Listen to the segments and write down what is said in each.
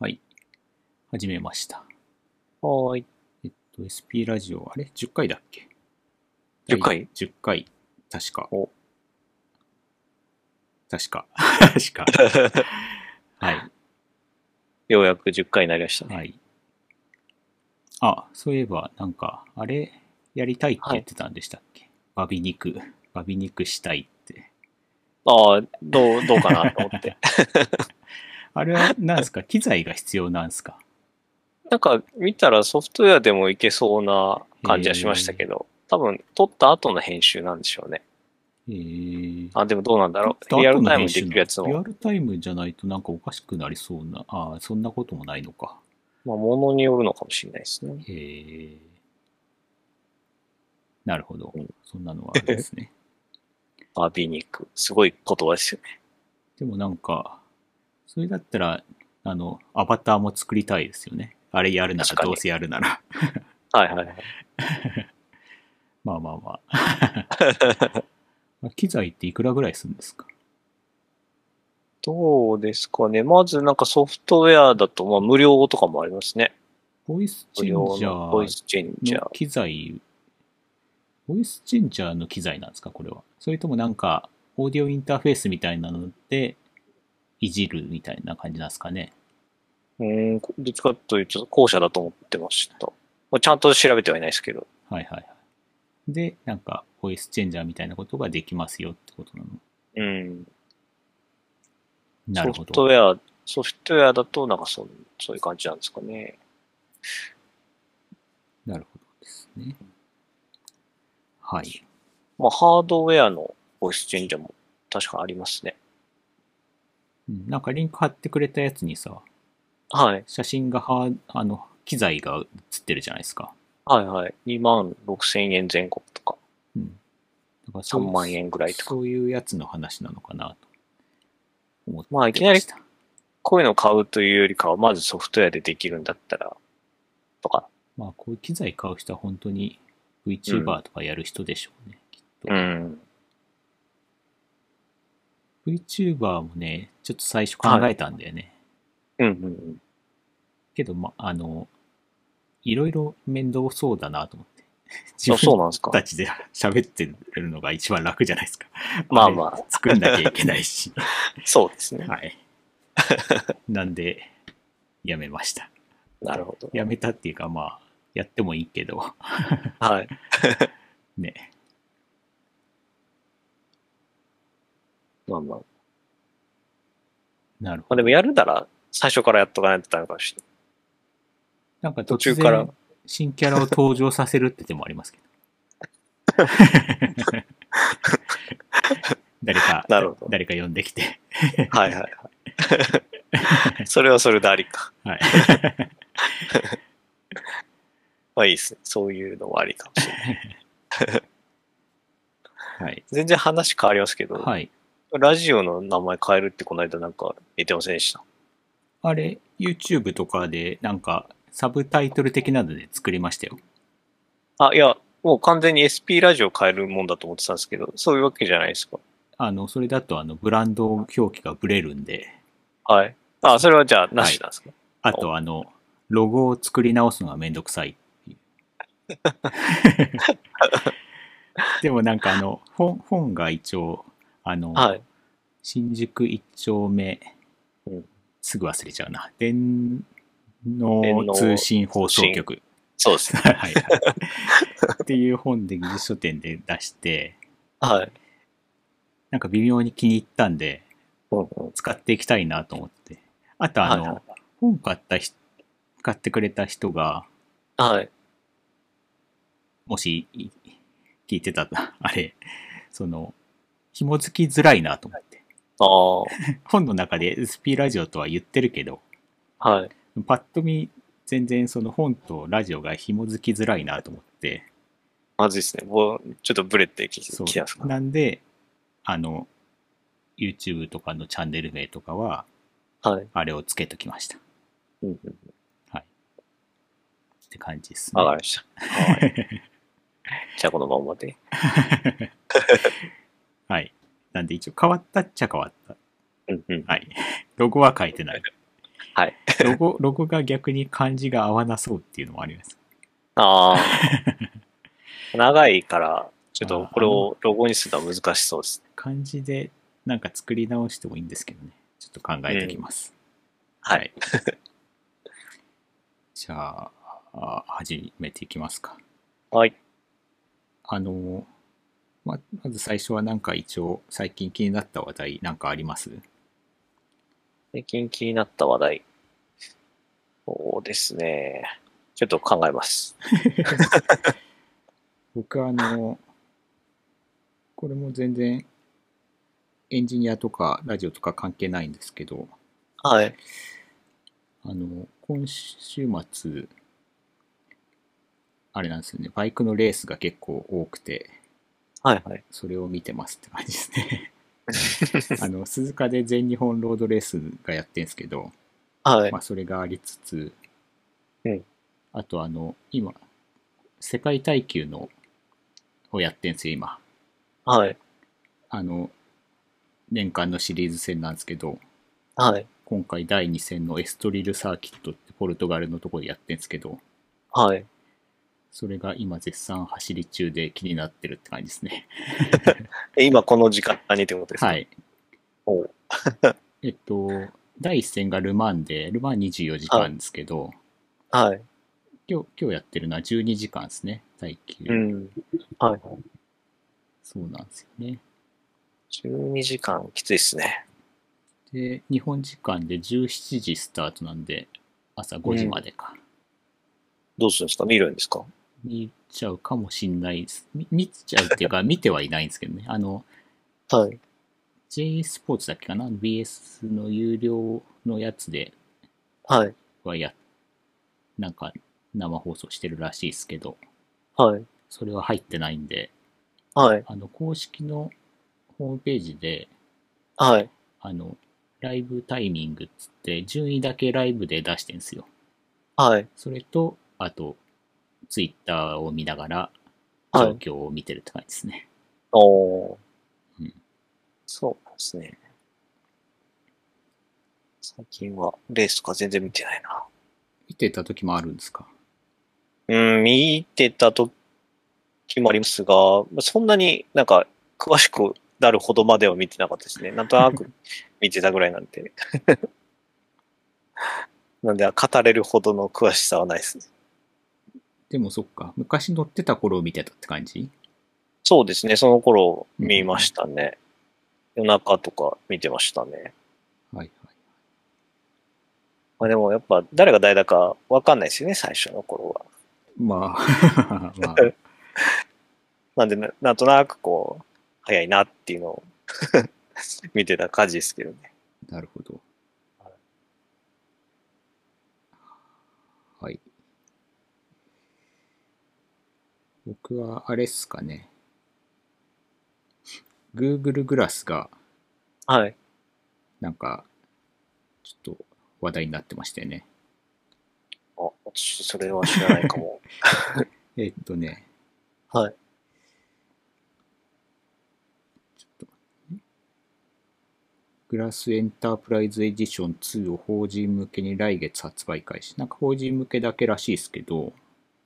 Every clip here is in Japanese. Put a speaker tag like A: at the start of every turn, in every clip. A: はい。始めました。
B: はーい。
A: えっと、SP ラジオ、あれ ?10 回だっけ
B: ?10 回
A: ?10 回。確か。
B: お。
A: 確か。 確 か。はい。
B: ようやく10回になりましたね。
A: はい。あ、そういえば、なんか、あれ、やりたいって言ってたんでしたっけ、はい、バビ肉。バビ肉したいって。
B: ああ、どう、どうかなと思って。
A: あれは何ですか機材が必要なんですか
B: なんか見たらソフトウェアでもいけそうな感じはしましたけど、多分撮った後の編集なんでしょうね。
A: えー、
B: あ、でもどうなんだろう。リアルタイムできるやつも。
A: リアルタイムじゃないとなんかおかしくなりそうな、ああ、そんなこともないのか。
B: まあ、ものによるのかもしれないですね。
A: へえ。なるほど。そんなのはあれです ね。
B: バビ肉。すごい言葉ですよね。
A: でもなんか、それだったら、あの、アバターも作りたいですよね。あれやるなら、どうせやるな ら。
B: はいはいはい。
A: まあまあまあ。 機材っていくらぐらいするんですか
B: どうですかね。まずなんかソフトウェアだと、まあ無料とかもありますね。
A: ボイスチェンジャー。
B: ボイスチェンジャー。
A: 機材、ボイスチェンジャーの機材なんですかこれは。それともなんか、オーディオインターフェースみたいなので、いじるみたいな感じなんですかね。
B: うん、どっちかというと、後者だと思ってました。ちゃんと調べてはいないですけど。
A: はいはいはい。で、なんか、ボイスチェンジャーみたいなことができますよってことなの。
B: うん。
A: なるほど。ソ
B: フトウェア、ソフトウェアだと、なんかそう、そういう感じなんですかね。
A: なるほどですね。はい。
B: まあ、ハードウェアのボイスチェンジャーも確かありますね。
A: うん、なんかリンク貼ってくれたやつにさ、
B: はい。
A: 写真がは、あの、機材が写ってるじゃないですか。
B: はいはい。2万6千円前後とか。
A: うん。だから
B: 3万円ぐらいとか。
A: そういうやつの話なのかなと思って
B: まあ、いきなり、こういうのを買うというよりかは、まずソフトウェアでできるんだったら、とか。
A: まあ、こういう機材買う人は本当に VTuber とかやる人でしょうね、
B: うん、
A: きっと。うん。VTuber もね、ちょっと最初考えたんだよね。
B: はいうんうんうん。
A: けど、ま、あの、いろいろ面倒そうだなと思って。
B: 自分
A: たちで 喋ってるのが一番楽じゃないですか。
B: まあまあ。
A: 作んなきゃいけない し。
B: そうですね。
A: はい。なんで、やめました。
B: なるほど。
A: やめたっていうか、まあ、やってもいいけど。
B: はい。
A: ね。
B: まあまあ。
A: なるほ
B: ど。まあでもやるなら最初からやっとかないとダメかもしれない。
A: なんか途中から新キャラを登場させるって手もありますけど。 誰か、
B: なるほど
A: 誰か呼んできて。
B: はいはいはい。 それはそれでありか。
A: はい。
B: まあいいですね。そういうのもありかもしれない。
A: はい、
B: 全然話変わりますけど、
A: はい、
B: ラジオの名前変えるってこの間なんか言ってませんでした
A: あれ、YouTube とかで、なんか、サブタイトル的なので作りましたよ。
B: あ、いや、もう完全に SP ラジオ変えるもんだと思ってたんですけど、そういうわけじゃないですか。
A: あの、それだと、あの、ブランド表記がブレるんで。
B: はい。あ、それはじゃあ、なしなんですか、は
A: あ
B: い、
A: と、あの、ロゴを作り直すのがめんどくさい っていう。でもなんか、あの、本、本が一応、あの、
B: はい、
A: 新宿一丁目、
B: うん
A: すぐ忘れちゃうな。電脳通信放送局。
B: そうです ね。
A: はい、っていう本で技術書店で出して、
B: はい。
A: なんか微妙に気に入ったんで、
B: うんうん、
A: 使っていきたいなと思って。あとあの、はいはい、本買った人、買ってくれた人が、
B: はい。
A: もし、聞いてたら、 あれ、その、紐づきづらいなと思って。
B: あ
A: 本の中で SP ラジオとは言ってるけど、
B: はい、
A: パッと見全然その本とラジオが紐づきづらいなと思って
B: まずいですねもうちょっとブレてきき
A: たすかなんであの YouTube とかのチャンネル名とかは、
B: はい、
A: あれをつけときました、
B: うん、うん、
A: はいって感じです
B: ねわかりました、はい、 じゃあこのままで
A: はいなんで一応変わったっちゃ変わった。
B: うんうん、
A: はい。ロゴは書いてない。
B: はい。
A: ロゴ、ロゴが逆に漢字が合わなそうっていうのもあります。
B: ああ。 長いから、ちょっとこれをロゴにするのは難しそうですね。
A: 漢字でなんか作り直してもいいんですけどね。ちょっと考えてきます。
B: はい。
A: じゃああ、始めていきますか。
B: はい。
A: あの、ま、まず最初はなんか一応最近気になった話題なんかあります
B: 最近気になった話題。そうですね。ちょっと考えます。
A: 僕あの、これも全然エンジニアとかラジオとか関係ないんですけど、
B: はい。
A: あの、今週末、あれなんですよね、バイクのレースが結構多くて、
B: はいはい。
A: それを見てますって感じですね。あの、鈴鹿で全日本ロードレースがやってんですけど、
B: はい
A: ま。あ、それがありつつ、
B: うん
A: あとあの、今、世界耐久のをやってんですよ、今。
B: はい。
A: あの、年間のシリーズ戦なんですけど、
B: はい。
A: 今回第2戦のエストリルサーキットってポルトガルのとこでやってんですけど、
B: はい。
A: それが今絶賛走り中で気になってるって感じですね。
B: え今この時間にってことですか
A: はい。
B: おう
A: えっと、第1戦がルマンで、ルマン24時間ですけど、
B: はい。
A: 今日、今日やってるのは12時間ですね、耐久。
B: うん。はい。
A: そうなんですよね。
B: 12時間きついっすね。
A: で、日本時間で17時スタートなんで、朝5時までか。
B: どうするんですか見るんですか
A: 見ちゃうかもしんないです。み見ちゃうっていうか、見てはいないんですけどね。あの、
B: はい。
A: J スポーツだっけかな ?BS の有料のやつで
B: はい。
A: はや、なんか生放送してるらしいですけど、
B: はい。
A: それは入ってないんで、
B: はい。
A: あの、公式のホームページで、
B: はい。
A: あの、ライブタイミングっつって、順位だけライブで出してんですよ。
B: はい。
A: それと、あと、ツイッターを見ながら、
B: は
A: 状
B: い。
A: 況を見てるって感じですね。
B: おー
A: うん
B: そうなんですね。最近はレースとか全然見てないな。
A: 見てた時もあるんですか
B: うん、見てた時もありますが、そんなになんか詳しくなるほどまでは見てなかったですね。なんとなく見てたぐらいなんで。 なんで、語れるほどの詳しさはないですね。
A: でもそっか、昔乗ってた頃を見てたって感じ
B: そうですね、その頃見ましたね。夜中とか見てましたね。
A: はい
B: まあでもやっぱ誰が誰だかわかんないですよね、最初の頃は。
A: はい。ま あ、まあ、
B: なんでな、なんとなくこう、早いなっていうのを 見てた感じですけどね。
A: なるほど。はい。僕はあれっすかね。Google グラスが
B: はい。
A: なんかちょっと話題になってましたよね。
B: あ、私それは知らないかも。
A: えっとね、
B: はい。
A: ちょっと待ってねグラスエンタープライズエディション2を法人向けに来月発売開始。なんか法人向けだけらしいですけど、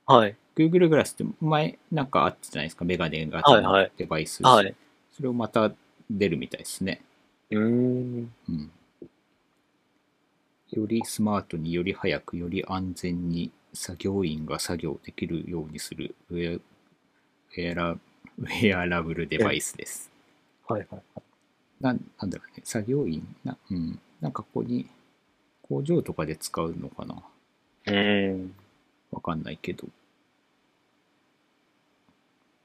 B: はい。
A: Google グラスって前なんかあったじゃないですか、メガネ型
B: はいは
A: の
B: い
A: デバイス。
B: はい。
A: それをまた出るみたいですね。
B: うーん。
A: うん。よりスマートにより早くより安全に作業員が作業できるようにするウェアウェアラウェアラブルデバイスです。
B: はいはい。
A: なんなんだろうね、作業員な、うん、なんかここに工場とかで使うのかな
B: うーん。
A: わかんないけど、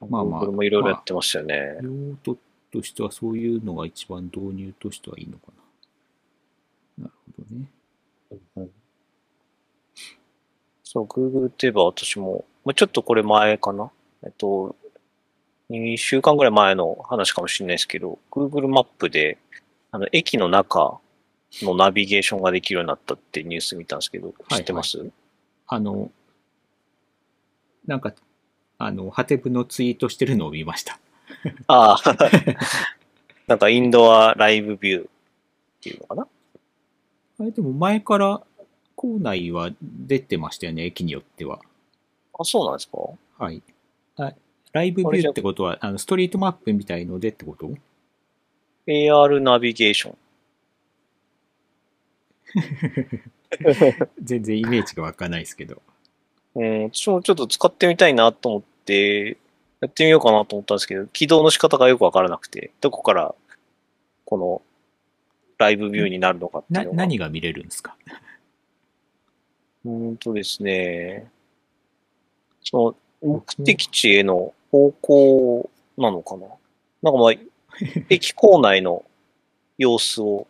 A: まあまあ
B: これもいろいろやってましたよね。
A: 用途としてはそういうのが一番導入としてはいいのかな。なるほどね。
B: うんそう、Google といえば私も、まあ、ちょっとこれ前かなえっと、2週間ぐらい前の話かもしれないですけど、Google マップで、あの、駅の中のナビゲーションができるようになったってニュース見たんですけど、
A: い
B: 知ってます、
A: あの、なんか、あの、ハテブのツイートしてるのを見ました。
B: あ あ、なんかインドアライブビューっていうのかな
A: あれでも前から構内は出てましたよね、駅によっては。
B: あ、そうなんですか
A: はい。あライブビューってことは、あのストリートマップみたいのでってこと
B: ?AR ナビゲー ション。
A: 全然イメージが湧かないですけど。
B: うん、私もちょっと使ってみたいなと思って、やってみようかなと思ったんですけど、起動の仕方がよくわからなくて、どこから、この、ライブビューになるのかってい
A: な、
B: うのが。
A: 何が見れるんですか
B: うーんとですね、その、目的地への方向なのかななんかまあ、駅構内の様子を、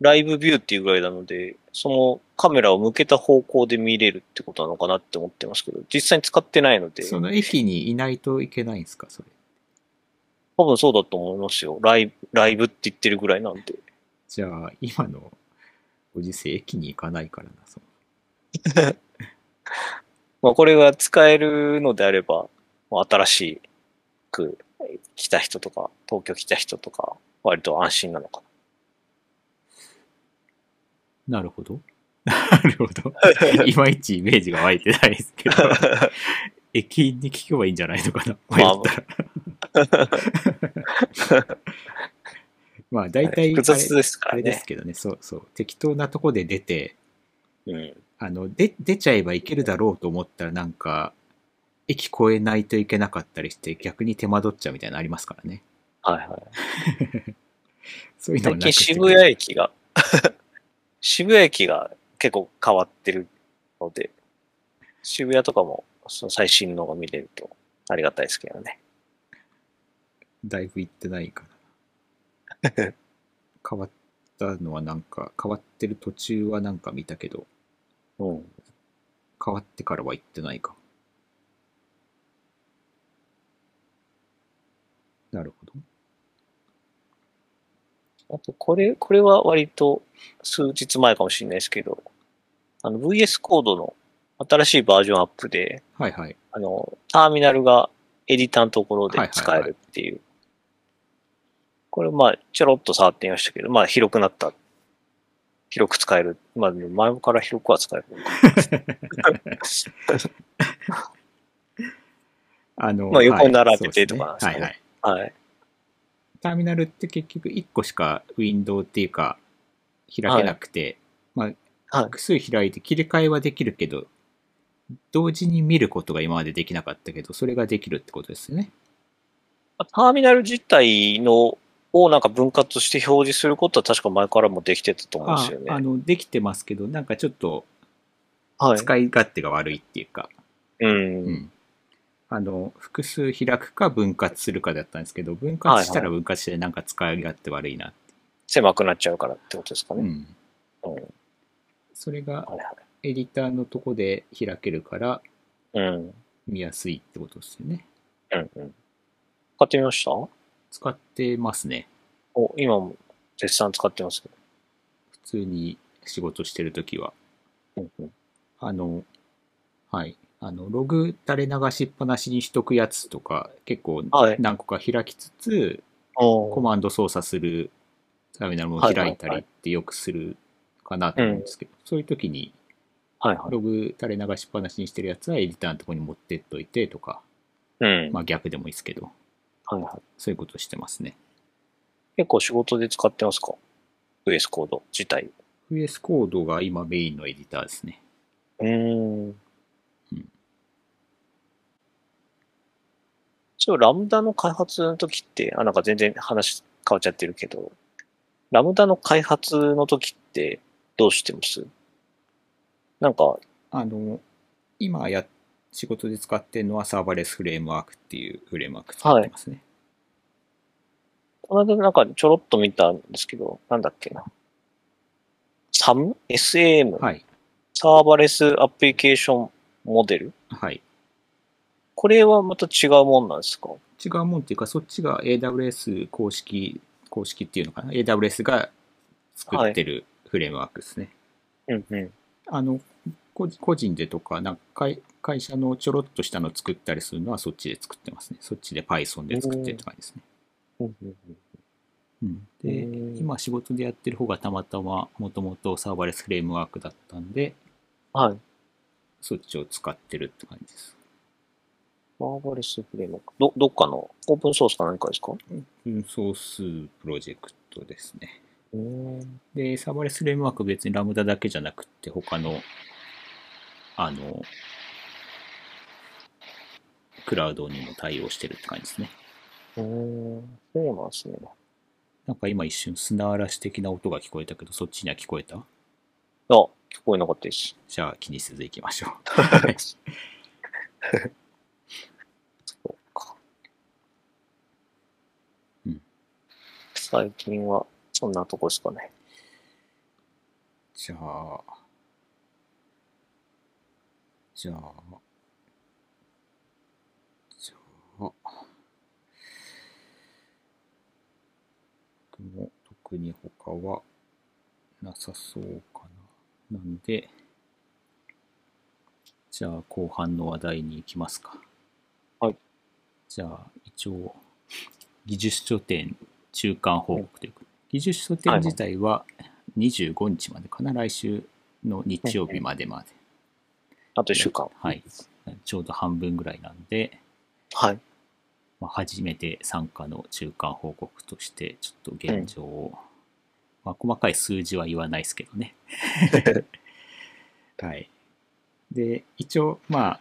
B: ライブビューっていうぐらいなので、そのカメラを向けた方向で見れるってことなのかなって思ってますけど、実際に使ってないので、
A: その駅にいないといけないんですかそれ。
B: 多分そうだと思いますよ。ライブ、ライブって言ってるぐらいなんで。
A: じゃあ、今のご時世、駅に行かないからな、その
B: まあこれが使えるのであれば、まあ、新しく来た人とか、東京来た人とか、割と安心なのか
A: なるほど。なるほ ど。いまいちイメージが湧いてないですけど、
B: な。
A: 駅員に聞けばいいんじゃないのかな、
B: まあ
A: 迷ったら。まあ、大体
B: 複
A: あれ
B: 雑ですか
A: あ
B: ら
A: れです
B: ね。
A: けどね、そうそう。適当なとこで出て、
B: うん。
A: あの、で、出ちゃえばいけるだろうと思ったら、なんか、駅越えないといけなかったりして、逆に手間取っちゃうみたいなのありますからね。
B: はいはい。
A: そういうのもなく
B: 最近
A: して
B: 渋谷駅が、 渋谷駅が結構変わってるので、渋谷とかもその最新のが見れるとありがたいですけどね。
A: だいぶ行ってないから。 変わったのはなんか、変わってる途中はなんか見たけど、
B: うん。
A: 変わってからは行ってないか。なるほど。
B: あと、これ、これは割と数日前かもしれないですけど、あの VS コードの新しいバージョンアップで、
A: はいはい。
B: あの、ターミナルがエディターのところで
A: はいはいはい
B: 使えるっていう。これ、まあ、ちょろっと触ってみましたけど、まあ、広くなった。広く使える。まあ、前から広くは使えるのか。
A: あの、
B: まあ横
A: はい
B: 並べてとかなんです
A: そう
B: か
A: です
B: ね
A: ねはいはい。
B: はい。
A: ターミナルって結局1個しかウィンドウっていうか、開けなくて、まあ、
B: はい
A: 複数開いて切り替えはできるけど、同時に見ることが今までできなかったけど、それができるってことですよね。
B: まあターミナル自体の、をなんか分割して表示することは確か前からもできてたと思うんで
A: あ
B: すよ
A: あ
B: ね。
A: の、できてますけど、なんかちょっと
B: はい。
A: 使い勝手が悪いっていうか、
B: うん。
A: うんあの、複数開くか分割するかだったんですけど、分割したら分割してなんか使い勝手悪いな。
B: 狭くなっちゃうからってことですか
A: う
B: ね。
A: ん。
B: うん。
A: それが
B: はいはい
A: エディターのとこで開けるから
B: うん。
A: 見やすいってことですよね。
B: うんうん。使ってみました
A: 使ってますね。
B: お、今も絶賛使ってますけ
A: 普通に仕事してるときは。
B: ど。うんうん。
A: あの、はい。あの、ログ垂れ流しっぱなしにしとくやつとか、結構
B: はい
A: 何個か開きつつ、コ
B: おー
A: マンド操作するターミナルも開いた
B: はいはいは
A: り
B: い
A: ってよくするかなと思うんですけど、そういう時に
B: はいはい。
A: ログ垂れ流しっぱなしにしてるやつはエディターのとこに持ってっといてとか、
B: うん。
A: まあ逆でもいいですけど、
B: はいはい。
A: そういうことしてますね。
B: 結構仕事で使ってますか ?VS コード自体。
A: VS コードが今メインのエディターですね。
B: うーん。そう、ラムダの開発の時って、あ、なんか全然話変わっちゃってるけど、ラムダの開発の時ってどうしてますなんか、
A: あの、今や、仕事で使ってるのはサーバレスフレームワークっていうフレームワーク使ってますね。
B: この間なんかちょろっと見たんですけど、なんだっけな。サム ?SAM、
A: はい。
B: サーバレスアプリケーションモデル
A: はい。
B: これはまた違うもんなんですか
A: 違うもんっていうか、そっちが AWS 公式、公式っていうのかな。AWS が作ってるフレームワークですね。
B: うんうん。
A: あの、こ個人でとか、なんか会会社のちょろっとしたの作ったりするのはそっちで作ってますね。そっちで Python で作ってるって感じですね。
B: うんうんうん
A: うん、で、
B: うん
A: 今仕事でやってる方がたまたまもともとサーバーレスフレームワークだったんで、
B: はい。
A: そっちを使ってるって感じです。
B: バーバレスフレームワーク。ど、どっかのオープンソースか何かですか
A: うん、ソースプロジェクトですね。
B: うん。
A: で、サーバーレスフレームワーク別にラムダだけじゃなくって、他の、あの、クラウドにも対応してるって感じですね。
B: うんそうなんですね。
A: なんか今一瞬砂嵐的な音が聞こえたけど、そっちには聞こえた
B: あ、聞こえなかったです。
A: じゃあ気にせず行きましょう。
B: そうか。
A: うん
B: 最近は、そんなとこですかね。
A: じゃあ、じゃあ、じゃあ、僕も特に他はなさそうかな。なんで、じゃあ後半の話題に行きますか。
B: はい。
A: じゃあ、一応、技術書店中間報告というか、技術書店自体は25日までかな、来週の日曜日までまで。
B: あと一週間。
A: はい。ちょうど半分ぐらいなんで、
B: はい。
A: まあ、初めて参加の中間報告として、ちょっと現状を、まあ、細かい数字は言わないですけど ね。はい。で、一応、まあ、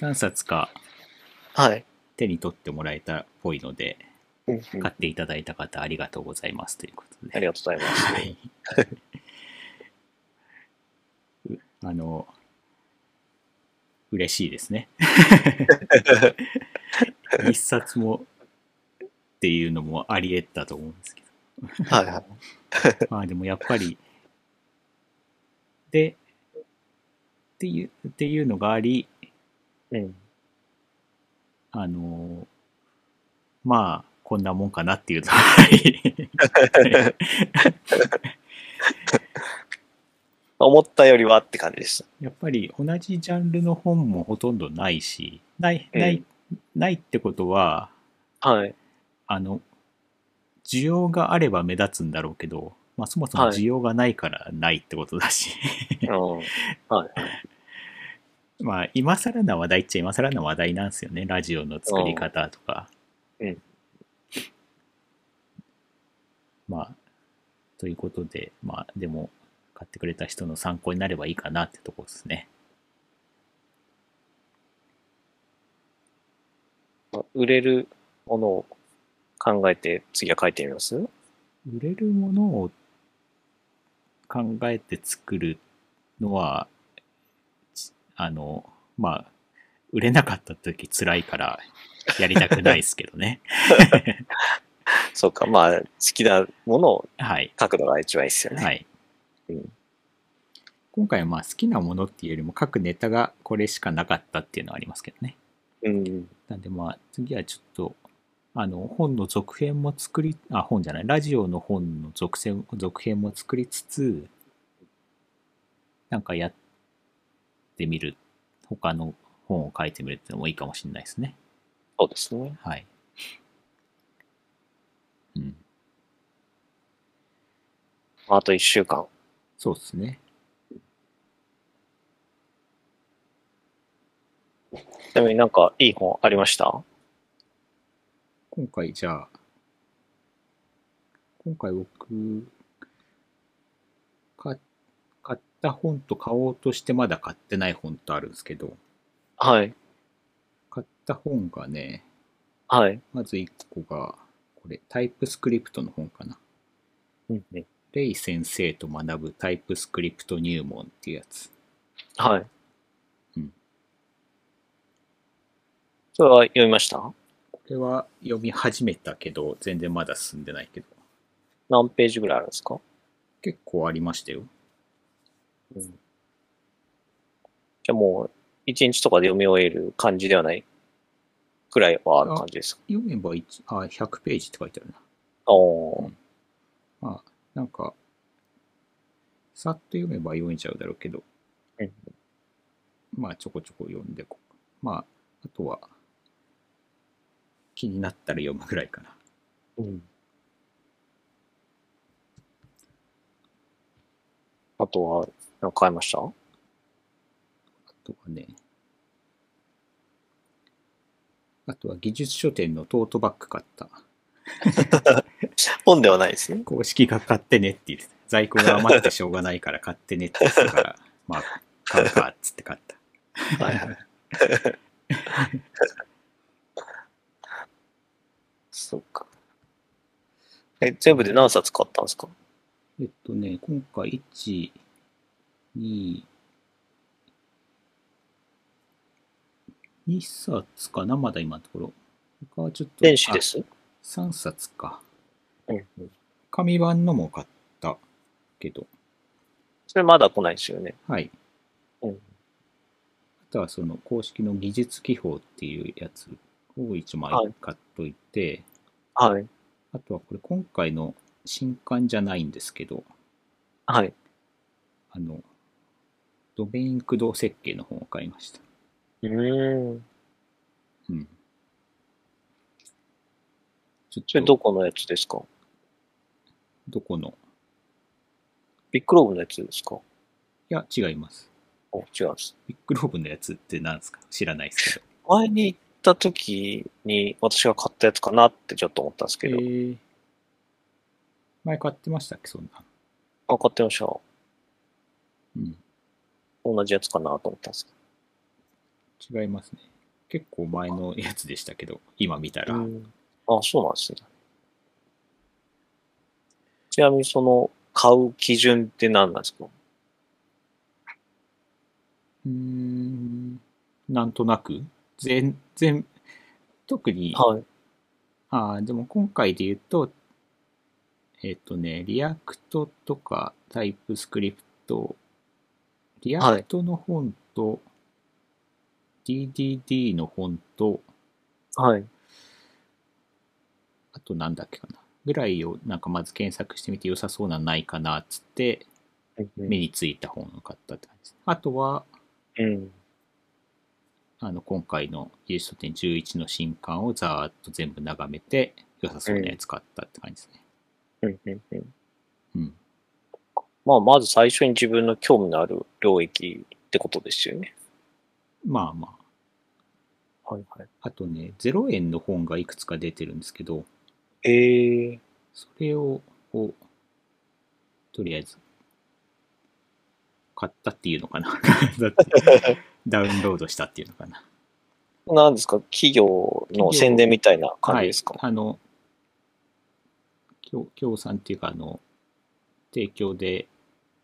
A: 何冊か
B: はい。
A: 手に取ってもらえたっぽいので、
B: うんうん
A: 買っていただいた方ありがとうございますということで。
B: ありがとうございます。
A: はい。 あの、嬉しいです ね。一冊もっていうのもあり得たと思うんですけ
B: はいはい。
A: ど。まあでもやっぱり、で、っていう、っていうのがあり、
B: うん。
A: あの、まあ、こんなもんかなっていうと、はい
B: 思ったよりはって感じです。
A: やっぱり同じジャンルの本もほとんどないし、ない、
B: うん
A: ない、ないってことは、
B: はい。
A: あの、需要があれば目立つんだろうけど、まあそもそも
B: はい
A: 需要がないからないってことだし、
B: うん。はい。
A: まあ今更な話題っちゃ今更な話題なんですよね、ラジオの作り方とか。
B: うんうん
A: まあ、ということで、まあでも、買ってくれた人の参考になればいいかなってとこですね。
B: まあ売れるものを考えて、次は書いてみます
A: 売れるものを考えて作るのはちあのまあ売れなかった時辛いからやりたくないですけどね
B: そうか。まあ、好きなものを
A: はい
B: 書くのが一番いいですよね。
A: はい、
B: うん
A: 今回はまあ好きなものっていうよりも各ネタがこれしかなかったっていうのはありますけどね
B: うん。
A: なんでまあ次はちょっとあの本の続編も作りあ本じゃないラジオの本の続編続編も作りつつなんかやってみる他の本を書いてみるってのもいいかもしれないですね
B: そうですね。
A: はいうん
B: あと一週間。
A: そうですね
B: ちなみになんかいい本ありました
A: 今回じゃあ今回僕か買った本と買おうとしてまだ買ってない本とあるんですけど、
B: はい。
A: 買った本がね、
B: はい。
A: まず1個が、これ、タイプスクリプトの本かな。
B: うん。
A: レイ先生と学ぶタイプスクリプト入門っていうやつ。
B: はい。
A: うん
B: それは読みました
A: これは読み始めたけど、全然まだ進んでないけど、
B: 何ページぐらいあるんですか
A: 結構ありましたよ。
B: じゃあもう、一日とかで読み終える感じではないぐらいはある感じですか
A: 読めば一あ100ページって書いてあるな。
B: あー
A: うんまあ、なんか、さっと読めば読めちゃうだろうけど
B: うん、
A: まあ、ちょこちょこ読んでこうまあ、あとは、気になったら読むぐらいかな。
B: うん。あとは、なんか買いました
A: とかね。あとは技術書店のトートバッグ買った。
B: 本ではないですね。
A: 公式が買ってねって言ってた。在庫が余ってしょうがないから買ってねって言ってた から、まあ、買うかっつって買った。
B: はいはい。そうか。え、全部で何冊買ったんですか
A: えっとね、今回、1、2、2冊かな、まだ今のところ。他はちょっと、
B: 電子です。
A: 3冊か。
B: うん。
A: 紙版のも買ったけど、
B: それまだ来ないですよね。
A: はい。
B: うん
A: あとはその公式の技術記法っていうやつを一枚
B: はい
A: 買っといて、
B: はい。
A: あとはこれ今回の新刊じゃないんですけど、
B: はい。
A: あの、ドメイン駆動設計の本を買いました。
B: うーん。
A: うん。ちょ
B: それ
A: っと
B: どこのやつですか
A: どこの
B: ビッグローブのやつですか
A: いや、違います。
B: お、違うんです。
A: ビッグローブのやつって何ですか知らないですけど。
B: 前に行った時に私が買ったやつかなってちょっと思ったんですけど。
A: えー前買ってましたっけ、そんな。
B: あ、買ってました。
A: うん。
B: 同じやつかなと思ったんですけ
A: 違いますね。結構前のやつでしたけど、今見たら。
B: ど。あ、そうなんですね。ちなみにその、買う基準って何なんですか
A: うーんなんとなく、全然、特に、
B: はい。
A: ああ、でも今回で言うと、えっ、とね、リアクトとかタイプスクリプト、リアクトの本と、DDD の本と、
B: はい。
A: あとなんだっけかな、ぐらいをなんかまず検索してみて良さそうなのないかなっつって、目についた本を買ったって感じです。あとは、
B: うん。
A: あの、今回の技術書店11の新刊をざーっと全部眺めて、良さそうなやつ買ったって感じですね。
B: うん。うん。うん。
A: うん。
B: まあ、まず最初に自分の興味のある領域ってことですよね。
A: まあまあ。
B: はいはい。
A: あとね、0円の本がいくつか出てるんですけど、
B: ええ
A: それを、こう、とりあえず、買ったっていうのかな。 だ って、ダウンロードしたっていうのかな。
B: なんですか企業の宣伝みたいな感じですか、
A: はい、あの、協協賛っていうか、あの、提供で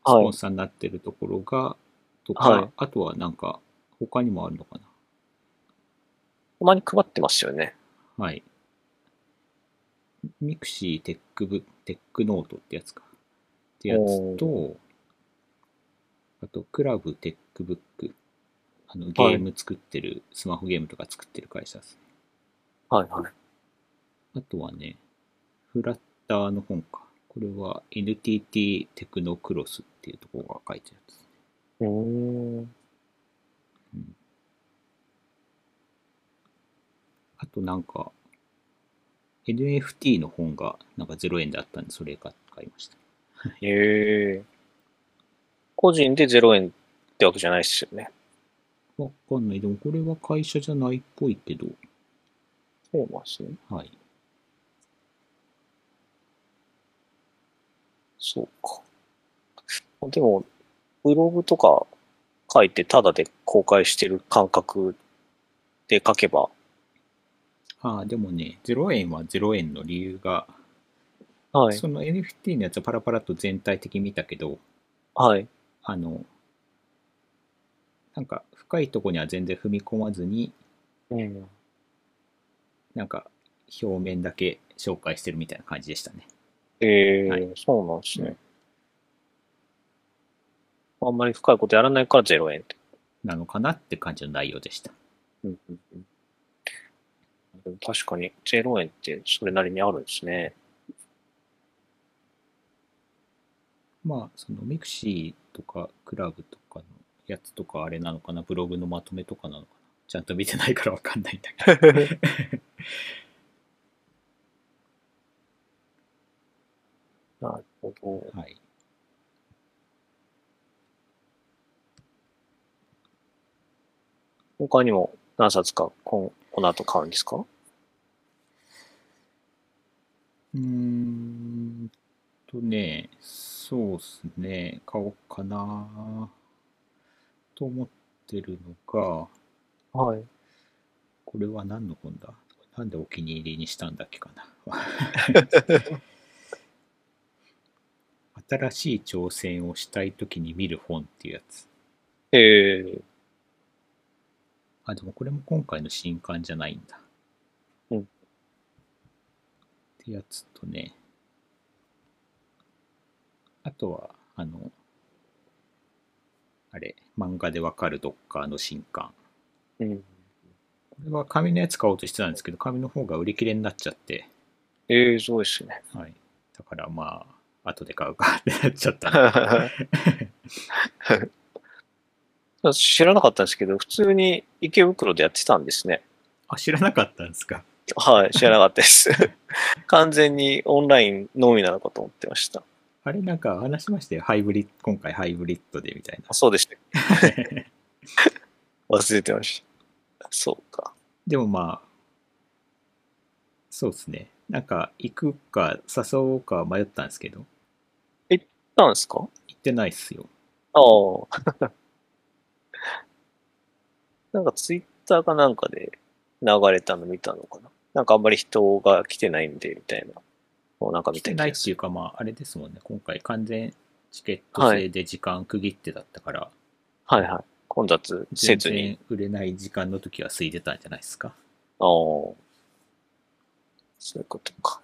A: ス
B: はい
A: ポンサーになってるところが、とか、
B: はい
A: あとはなんか、他にもあるのか
B: たまに配ってますよね。
A: な。はい。ミクシーテックブ、テックノートってやつか。ってやつと、あと、クラブテックブック。あの、ゲーム作ってる、スマホゲームとか作ってる会社です。
B: はいはい。
A: あとはね、フラッターの本か。これは NTT テクノクロスっていうところが書いてるやつ。
B: うーん。
A: あとなんか、NFT の本がなんか0円だったんで、それ買いました。
B: ええ個人で0円ってわけじゃないですよね。
A: わかんない。でもこれは会社じゃないっぽいけど、
B: そうなんですね。
A: はい。
B: そうか。でも、ブログとか書いてタダで公開してる感覚で書けば、
A: ああ、でもね、0円は0円の理由が、
B: はい。
A: その NFT のやつはパラパラっと全体的に見たけど、
B: はい。
A: あの、なんか深いとこには全然踏み込まずに、
B: うん。
A: なんか表面だけ紹介してるみたいな感じでしたね。
B: ええ
A: はい
B: そうなんですね。あんまり深いことやらないから0円って。
A: なのかなって感じの内容でした。
B: うんうんうんでも確かに0円ってそれなりにあるんですね。
A: まあ、そのミクシーとかクラブとかのやつとかあれなのかな、ブログのまとめとかなのかな。ちゃんと見てないからわかんないんだけど。
B: ど。
A: はい。
B: 他にも何冊かこんこの後買うんですか
A: うーんとね、そうっすね、買おうかなと思ってるのが、
B: はい。
A: これは何の本だなんでお気に入りにしたんだっけか な新しい挑戦をしたいときに見る本っていうやつ。
B: ええ
A: あ、でもこれも今回の新刊じゃないんだ。
B: うん
A: ってやつとね、あとは、あの、あれ、漫画でわかるドッカーの新刊。
B: うん。
A: これは紙のやつ買おうとしてたんですけど、紙の方が売り切れになっちゃって、
B: ええすごいです ね。
A: はい。だからまあ、後で買うかってなっちゃった。
B: 知らなかったんですけど、普通に池袋でやってたんですね。
A: あ、知らなかったんですか。
B: はい、知らなかった です。完全にオンラインのみなのかと思ってました。
A: あれなんか話しましたよ。ハイブリッド、今回ハイブリッドでみたいな
B: あ。そうでした。 忘れてました。そうか。
A: でもまあ、そうですね。なんか、行くか、誘おうか迷ったんですけど、
B: なんですか
A: 行ってないっすよ。
B: ああ。 なんかツイッターかなんかで流れたの見たのかななんかあんまり人が来てないんで、みたいな。もうなんか見
A: 来
B: た
A: て
B: 気
A: ないっ
B: が
A: て
B: す
A: い
B: る
A: うか、まあ、あれですもんね。今回完全チケット制で時間区切ってだったから、
B: はいはい。混雑せ
A: 全
B: ずに。
A: 然売れない時間の時は空いてたんじゃないですか。
B: ああ。そういうことか。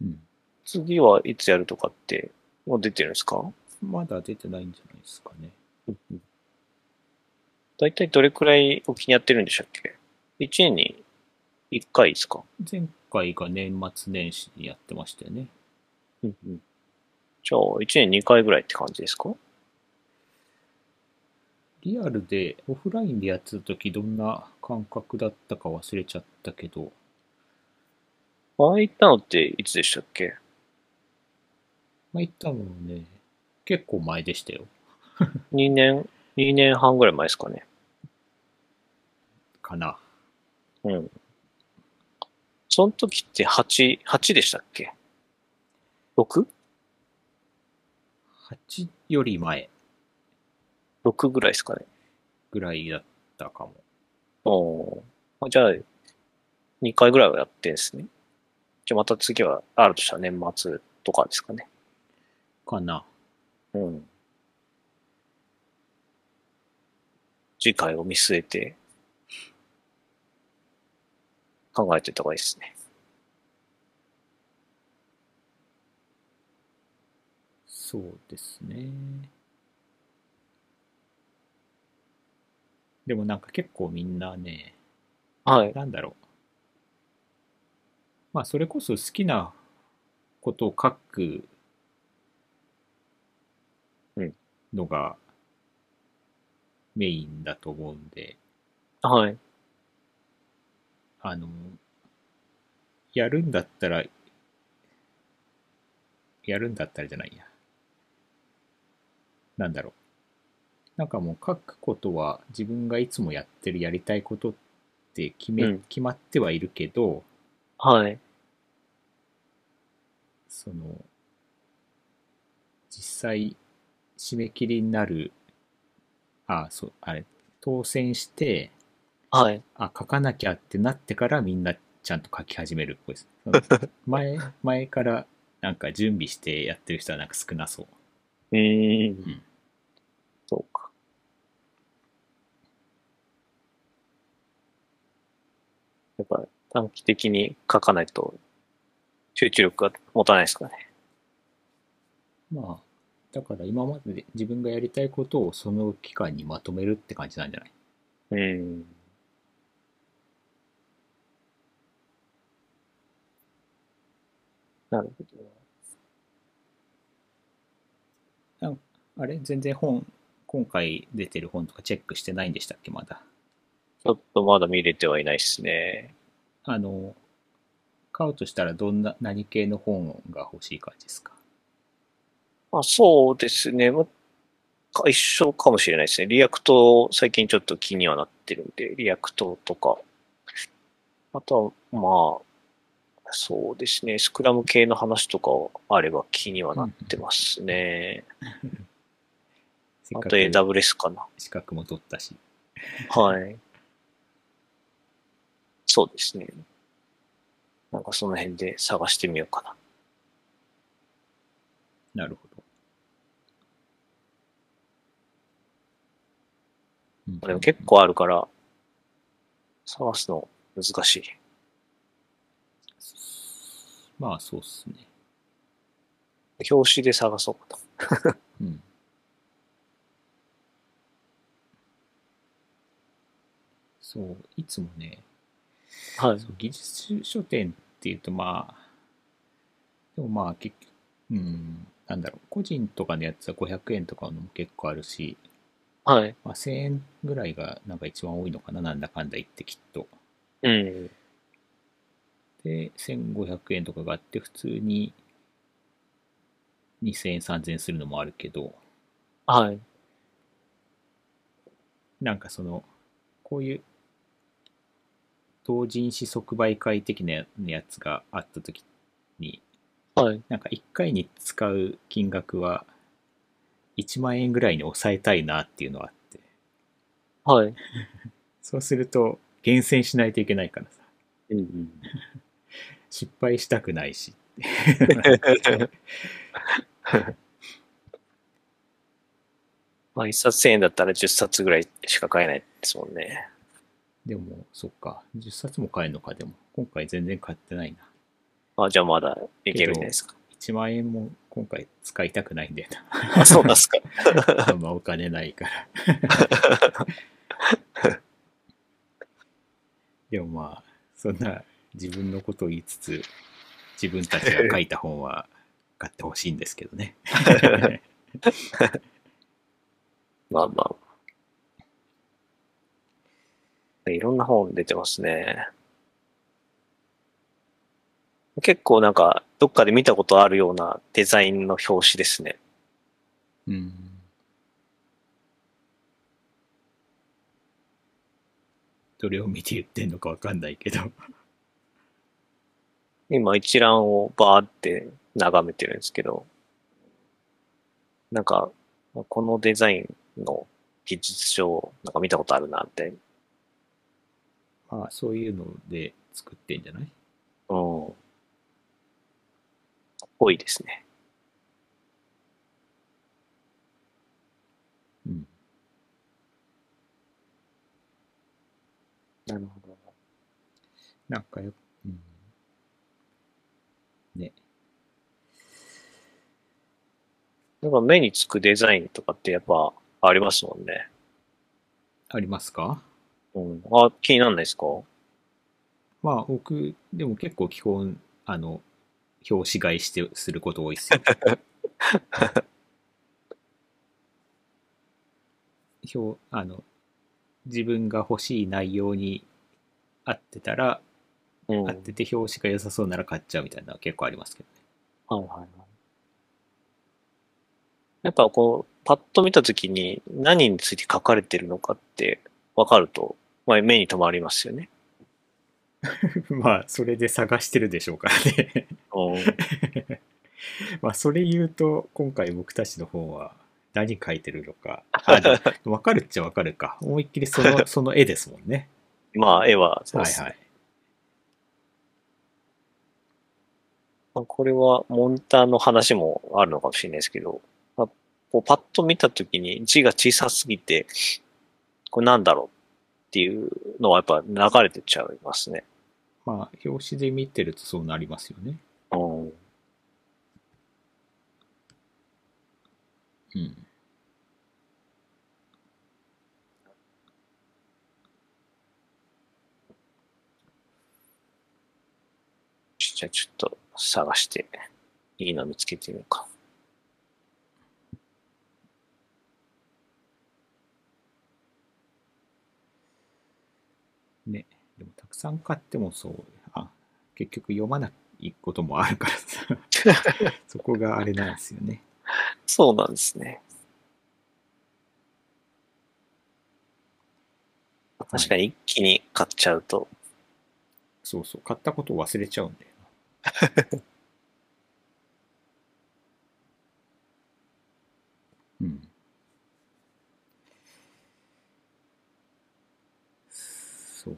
A: うん。
B: 次はいつやるとかって、もう出てるんですか
A: まだ出てないんじゃないですかね。
B: 大体どれくらいお気にやってるんでしたっけ ?1 年に1回ですか
A: 前回が年末年始にやってましたよね。
B: うんうん。じゃあ、1年2回ぐらいって感じですか
A: リアルで、オフラインでやってた時どんな感覚だったか忘れちゃったけど、
B: 前行ったのっていつでしたっけ
A: まあ、行ったのもね、結構前でしたよ。
B: ?2 年、2年半ぐらい前ですかね。
A: かな。
B: うん。その時って8、8でしたっけ ?6?6
A: 8より前
B: ぐらいですかね。
A: ぐらいだったかも。
B: おーじゃあ、2回ぐらいはやってんですね。じゃあまた次は、あるとしたら年末とかですかね。
A: かな。
B: うん。次回を見据えて、考えていった方がいいですね。
A: そうですね。でもなんか結構みんなね、
B: はい。
A: なんだろう。まあそれこそ好きなことを書く
B: うん
A: のがメインだと思うんで、
B: はい。
A: あの、やるんだったら、やるんだったらじゃないや。なんだろう。なんかもう書くことは自分がいつもやってるやりたいことって決め、
B: うん
A: 決まってはいるけど、
B: はい。
A: その、実際締め切りになる、あ、そう、あれ、当選して、
B: はい。
A: あ、書かなきゃってなってからみんなちゃんと書き始めるっぽいです。 前、前からなんか準備してやってる人はなんか少なそう。
B: うーん
A: ん
B: そうか。やっぱ短期的に書かないと集中力が持たないですかね。
A: まあ、だから今までで自分がやりたいことをその期間にまとめるって感じなんじゃない
B: うん。なるほど。
A: あれ全然本、今回出てる本とかチェックしてないんでしたっけまだ。
B: ちょっとまだ見れてはいないですね。
A: あの、買うとしたらどんな、何系の本が欲しい感じですか
B: まあ、そうですね。まか一緒かもしれないですね。リアクト、最近ちょっと気にはなってるんで、リアクトとか。あとは、まあ、そうですね。スクラム系の話とかあれば気にはなってますね。
A: せっ
B: あ
A: か
B: と
A: く
B: AWS かな。
A: 資格も取ったし。
B: はい。そうですね。なんかその辺で探してみようかな。
A: なるほど。うん
B: でも結構あるから、探すの難しい。
A: まあそうっすね。
B: 表紙で探そうかと。
A: うん。そう、いつもね、
B: はい
A: そ。う技術書店っていうとまあ、でもまあ結局、うん、なんだろう、個人とかのやつは500円とかのも結構あるし、
B: はい。
A: まあ、1000円ぐらいがなんか一番多いのかな、なんだかんだ言ってきっと。
B: うん。
A: で、1500円とかがあって、普通に2000円、3000円するのもあるけど、
B: はい。
A: なんかその、こういう同人誌即売会的なやつがあった時に、
B: はい。
A: なんか1回に使う金額は1万円ぐらいに抑えたいなっていうのはあって、
B: はい。
A: そうすると厳選しないといけないからさ、
B: うん。
A: 失敗したくないし。
B: まあ、一冊1000円だったら10冊ぐらいしか買えないですもんね。
A: でも、そっか、10冊も買えるのか、でも、今回全然買ってないな。
B: あ、じゃあまだいけるんじゃないですか。
A: 1万円も今回使いたくないんだよな。
B: あ、そうなんですか。
A: あんまお金ないから。 でもまあ、そんな自分のことを言いつつ、自分たちが書いた本は買ってほしいんですけど ね。
B: まあまあ。いろんな本出てますね。結構なんか、どっかで見たことあるようなデザインの表紙ですね。
A: うん。どれを見て言ってんのかわかんないけど。
B: 今一覧をバーって眺めてるんですけど、なんか、このデザインの技術書、なんか見たことあるなって。
A: まあ、そういうので作ってんじゃない
B: うん。多いですね。
A: うん。
B: なるほど。
A: なんかよ、うん。ね。
B: なんか目につくデザインとかってやっぱありますもんね。
A: ありますか
B: うん。あ、気になんないですか
A: まあ僕でも結構基本あの表紙買いしてすること多いです よ。表あの自分が欲しい内容に合ってたら、
B: うん。
A: 合ってて表紙が良さそうなら買っちゃうみたいなのは結構ありますけどね。
B: はいはいはい。やっぱこう、パッと見たときに何について書かれてるのかって分かると、まあ目に留まりますよね。
A: まあそれで探してるでしょうからね。
B: うん。
A: まあそれ言うと今回僕たちの方は何書いてるのか。あでもわかるっちゃわかるか。思いっきりそ のその絵ですもんね。
B: まあ絵はそう
A: は
B: で
A: い
B: す。
A: はい。
B: まあこれはモンターの話もあるのかもしれないですけど、まあ、こうパッと見たときに字が小さすぎて、これなんだろうっていうのはやっぱ流れてっちゃいますね。
A: まあ、表紙で見てるとそうなりますよね。
B: うん。
A: うん。
B: じゃあちょっと探して、いいの見つけてみようか。
A: でも、たくさん買ってもそう。あ、結局読まないこともあるからさ、そこがあれなんですよね。
B: そうなんですね。確かに一気に買っちゃうと。
A: そうそう、買ったことを忘れちゃうんだよな。うん。そう。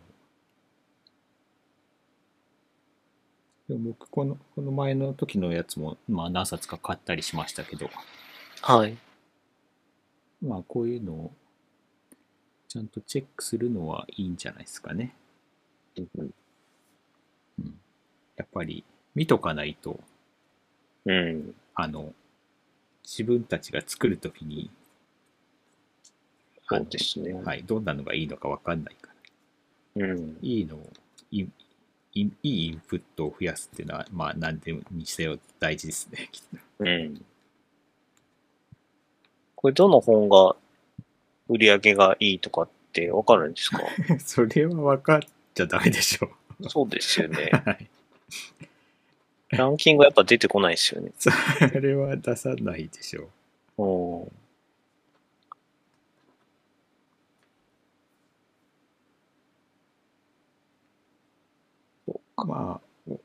A: でも僕この、この前の時のやつも、まあ何冊か買ったりしましたけど、
B: はい。
A: まあこういうのをちゃんとチェックするのはいいんじゃないですかね。やっぱり見とかないと、
B: うん。
A: あの、自分たちが作るときに、
B: そうですね。
A: はい、どんなのがいいのかわかんないから、
B: うん。
A: いいのを、いいいいインプットを増やすっていうのは、まあ、何でもにせよ大事ですね、きっと。
B: うん。これどの本が売り上げがいいとかってわかるんです か
A: それは分かっちゃダメでしょ
B: そうですよね
A: う。。 はい。
B: ランキングやっぱ出てこないですよね。
A: それは出さないでしょう。
B: うん。
A: まあ、お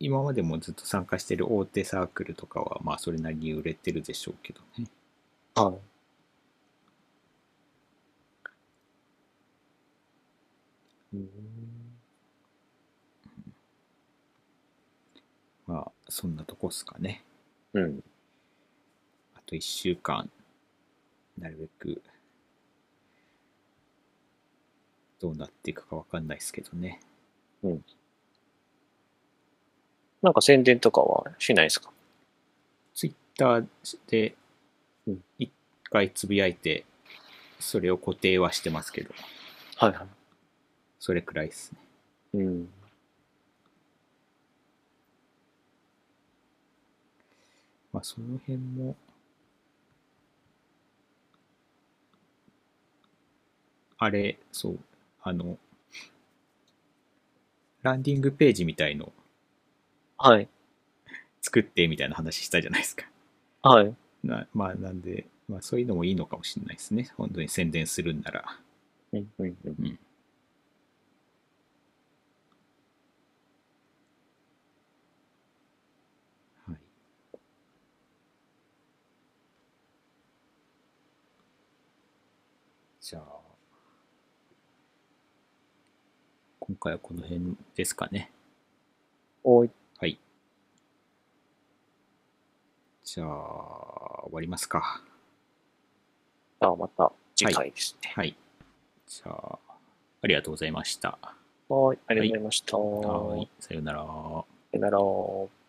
A: 今までもずっと参加してる大手サークルとかは、まあ、それなりに売れてるでしょうけどね。
B: はい。
A: まあ、そんなとこっすかね。
B: うん。
A: あと1週間、なるべく、どうなっていくかわかんないですけどね。
B: なんか宣伝とかはしないですか
A: ツイッターで
B: うん、
A: 一回つぶやいて、それを固定はしてますけど、
B: はいは
A: それくらいですね。
B: い。うん。
A: まあ、その辺も、あれ、そう、あの、ランディングページみたいの
B: はい。
A: 作ってみたいな話したじゃないですか。
B: はい。
A: なまあ、なんで、まあ、そういうのもいいのかもしれないですね。本当に宣伝するんなら。
B: うんうんうん
A: うん。はい。じゃあ、今回はこの辺ですかね。
B: おい。
A: はい。じゃあ、終わりますか。
B: じゃあまた次回ですね。
A: はい。じゃあ、ありがとうございました。
B: はい。ありがとうございました。
A: はい。さようなら。
B: さよなら。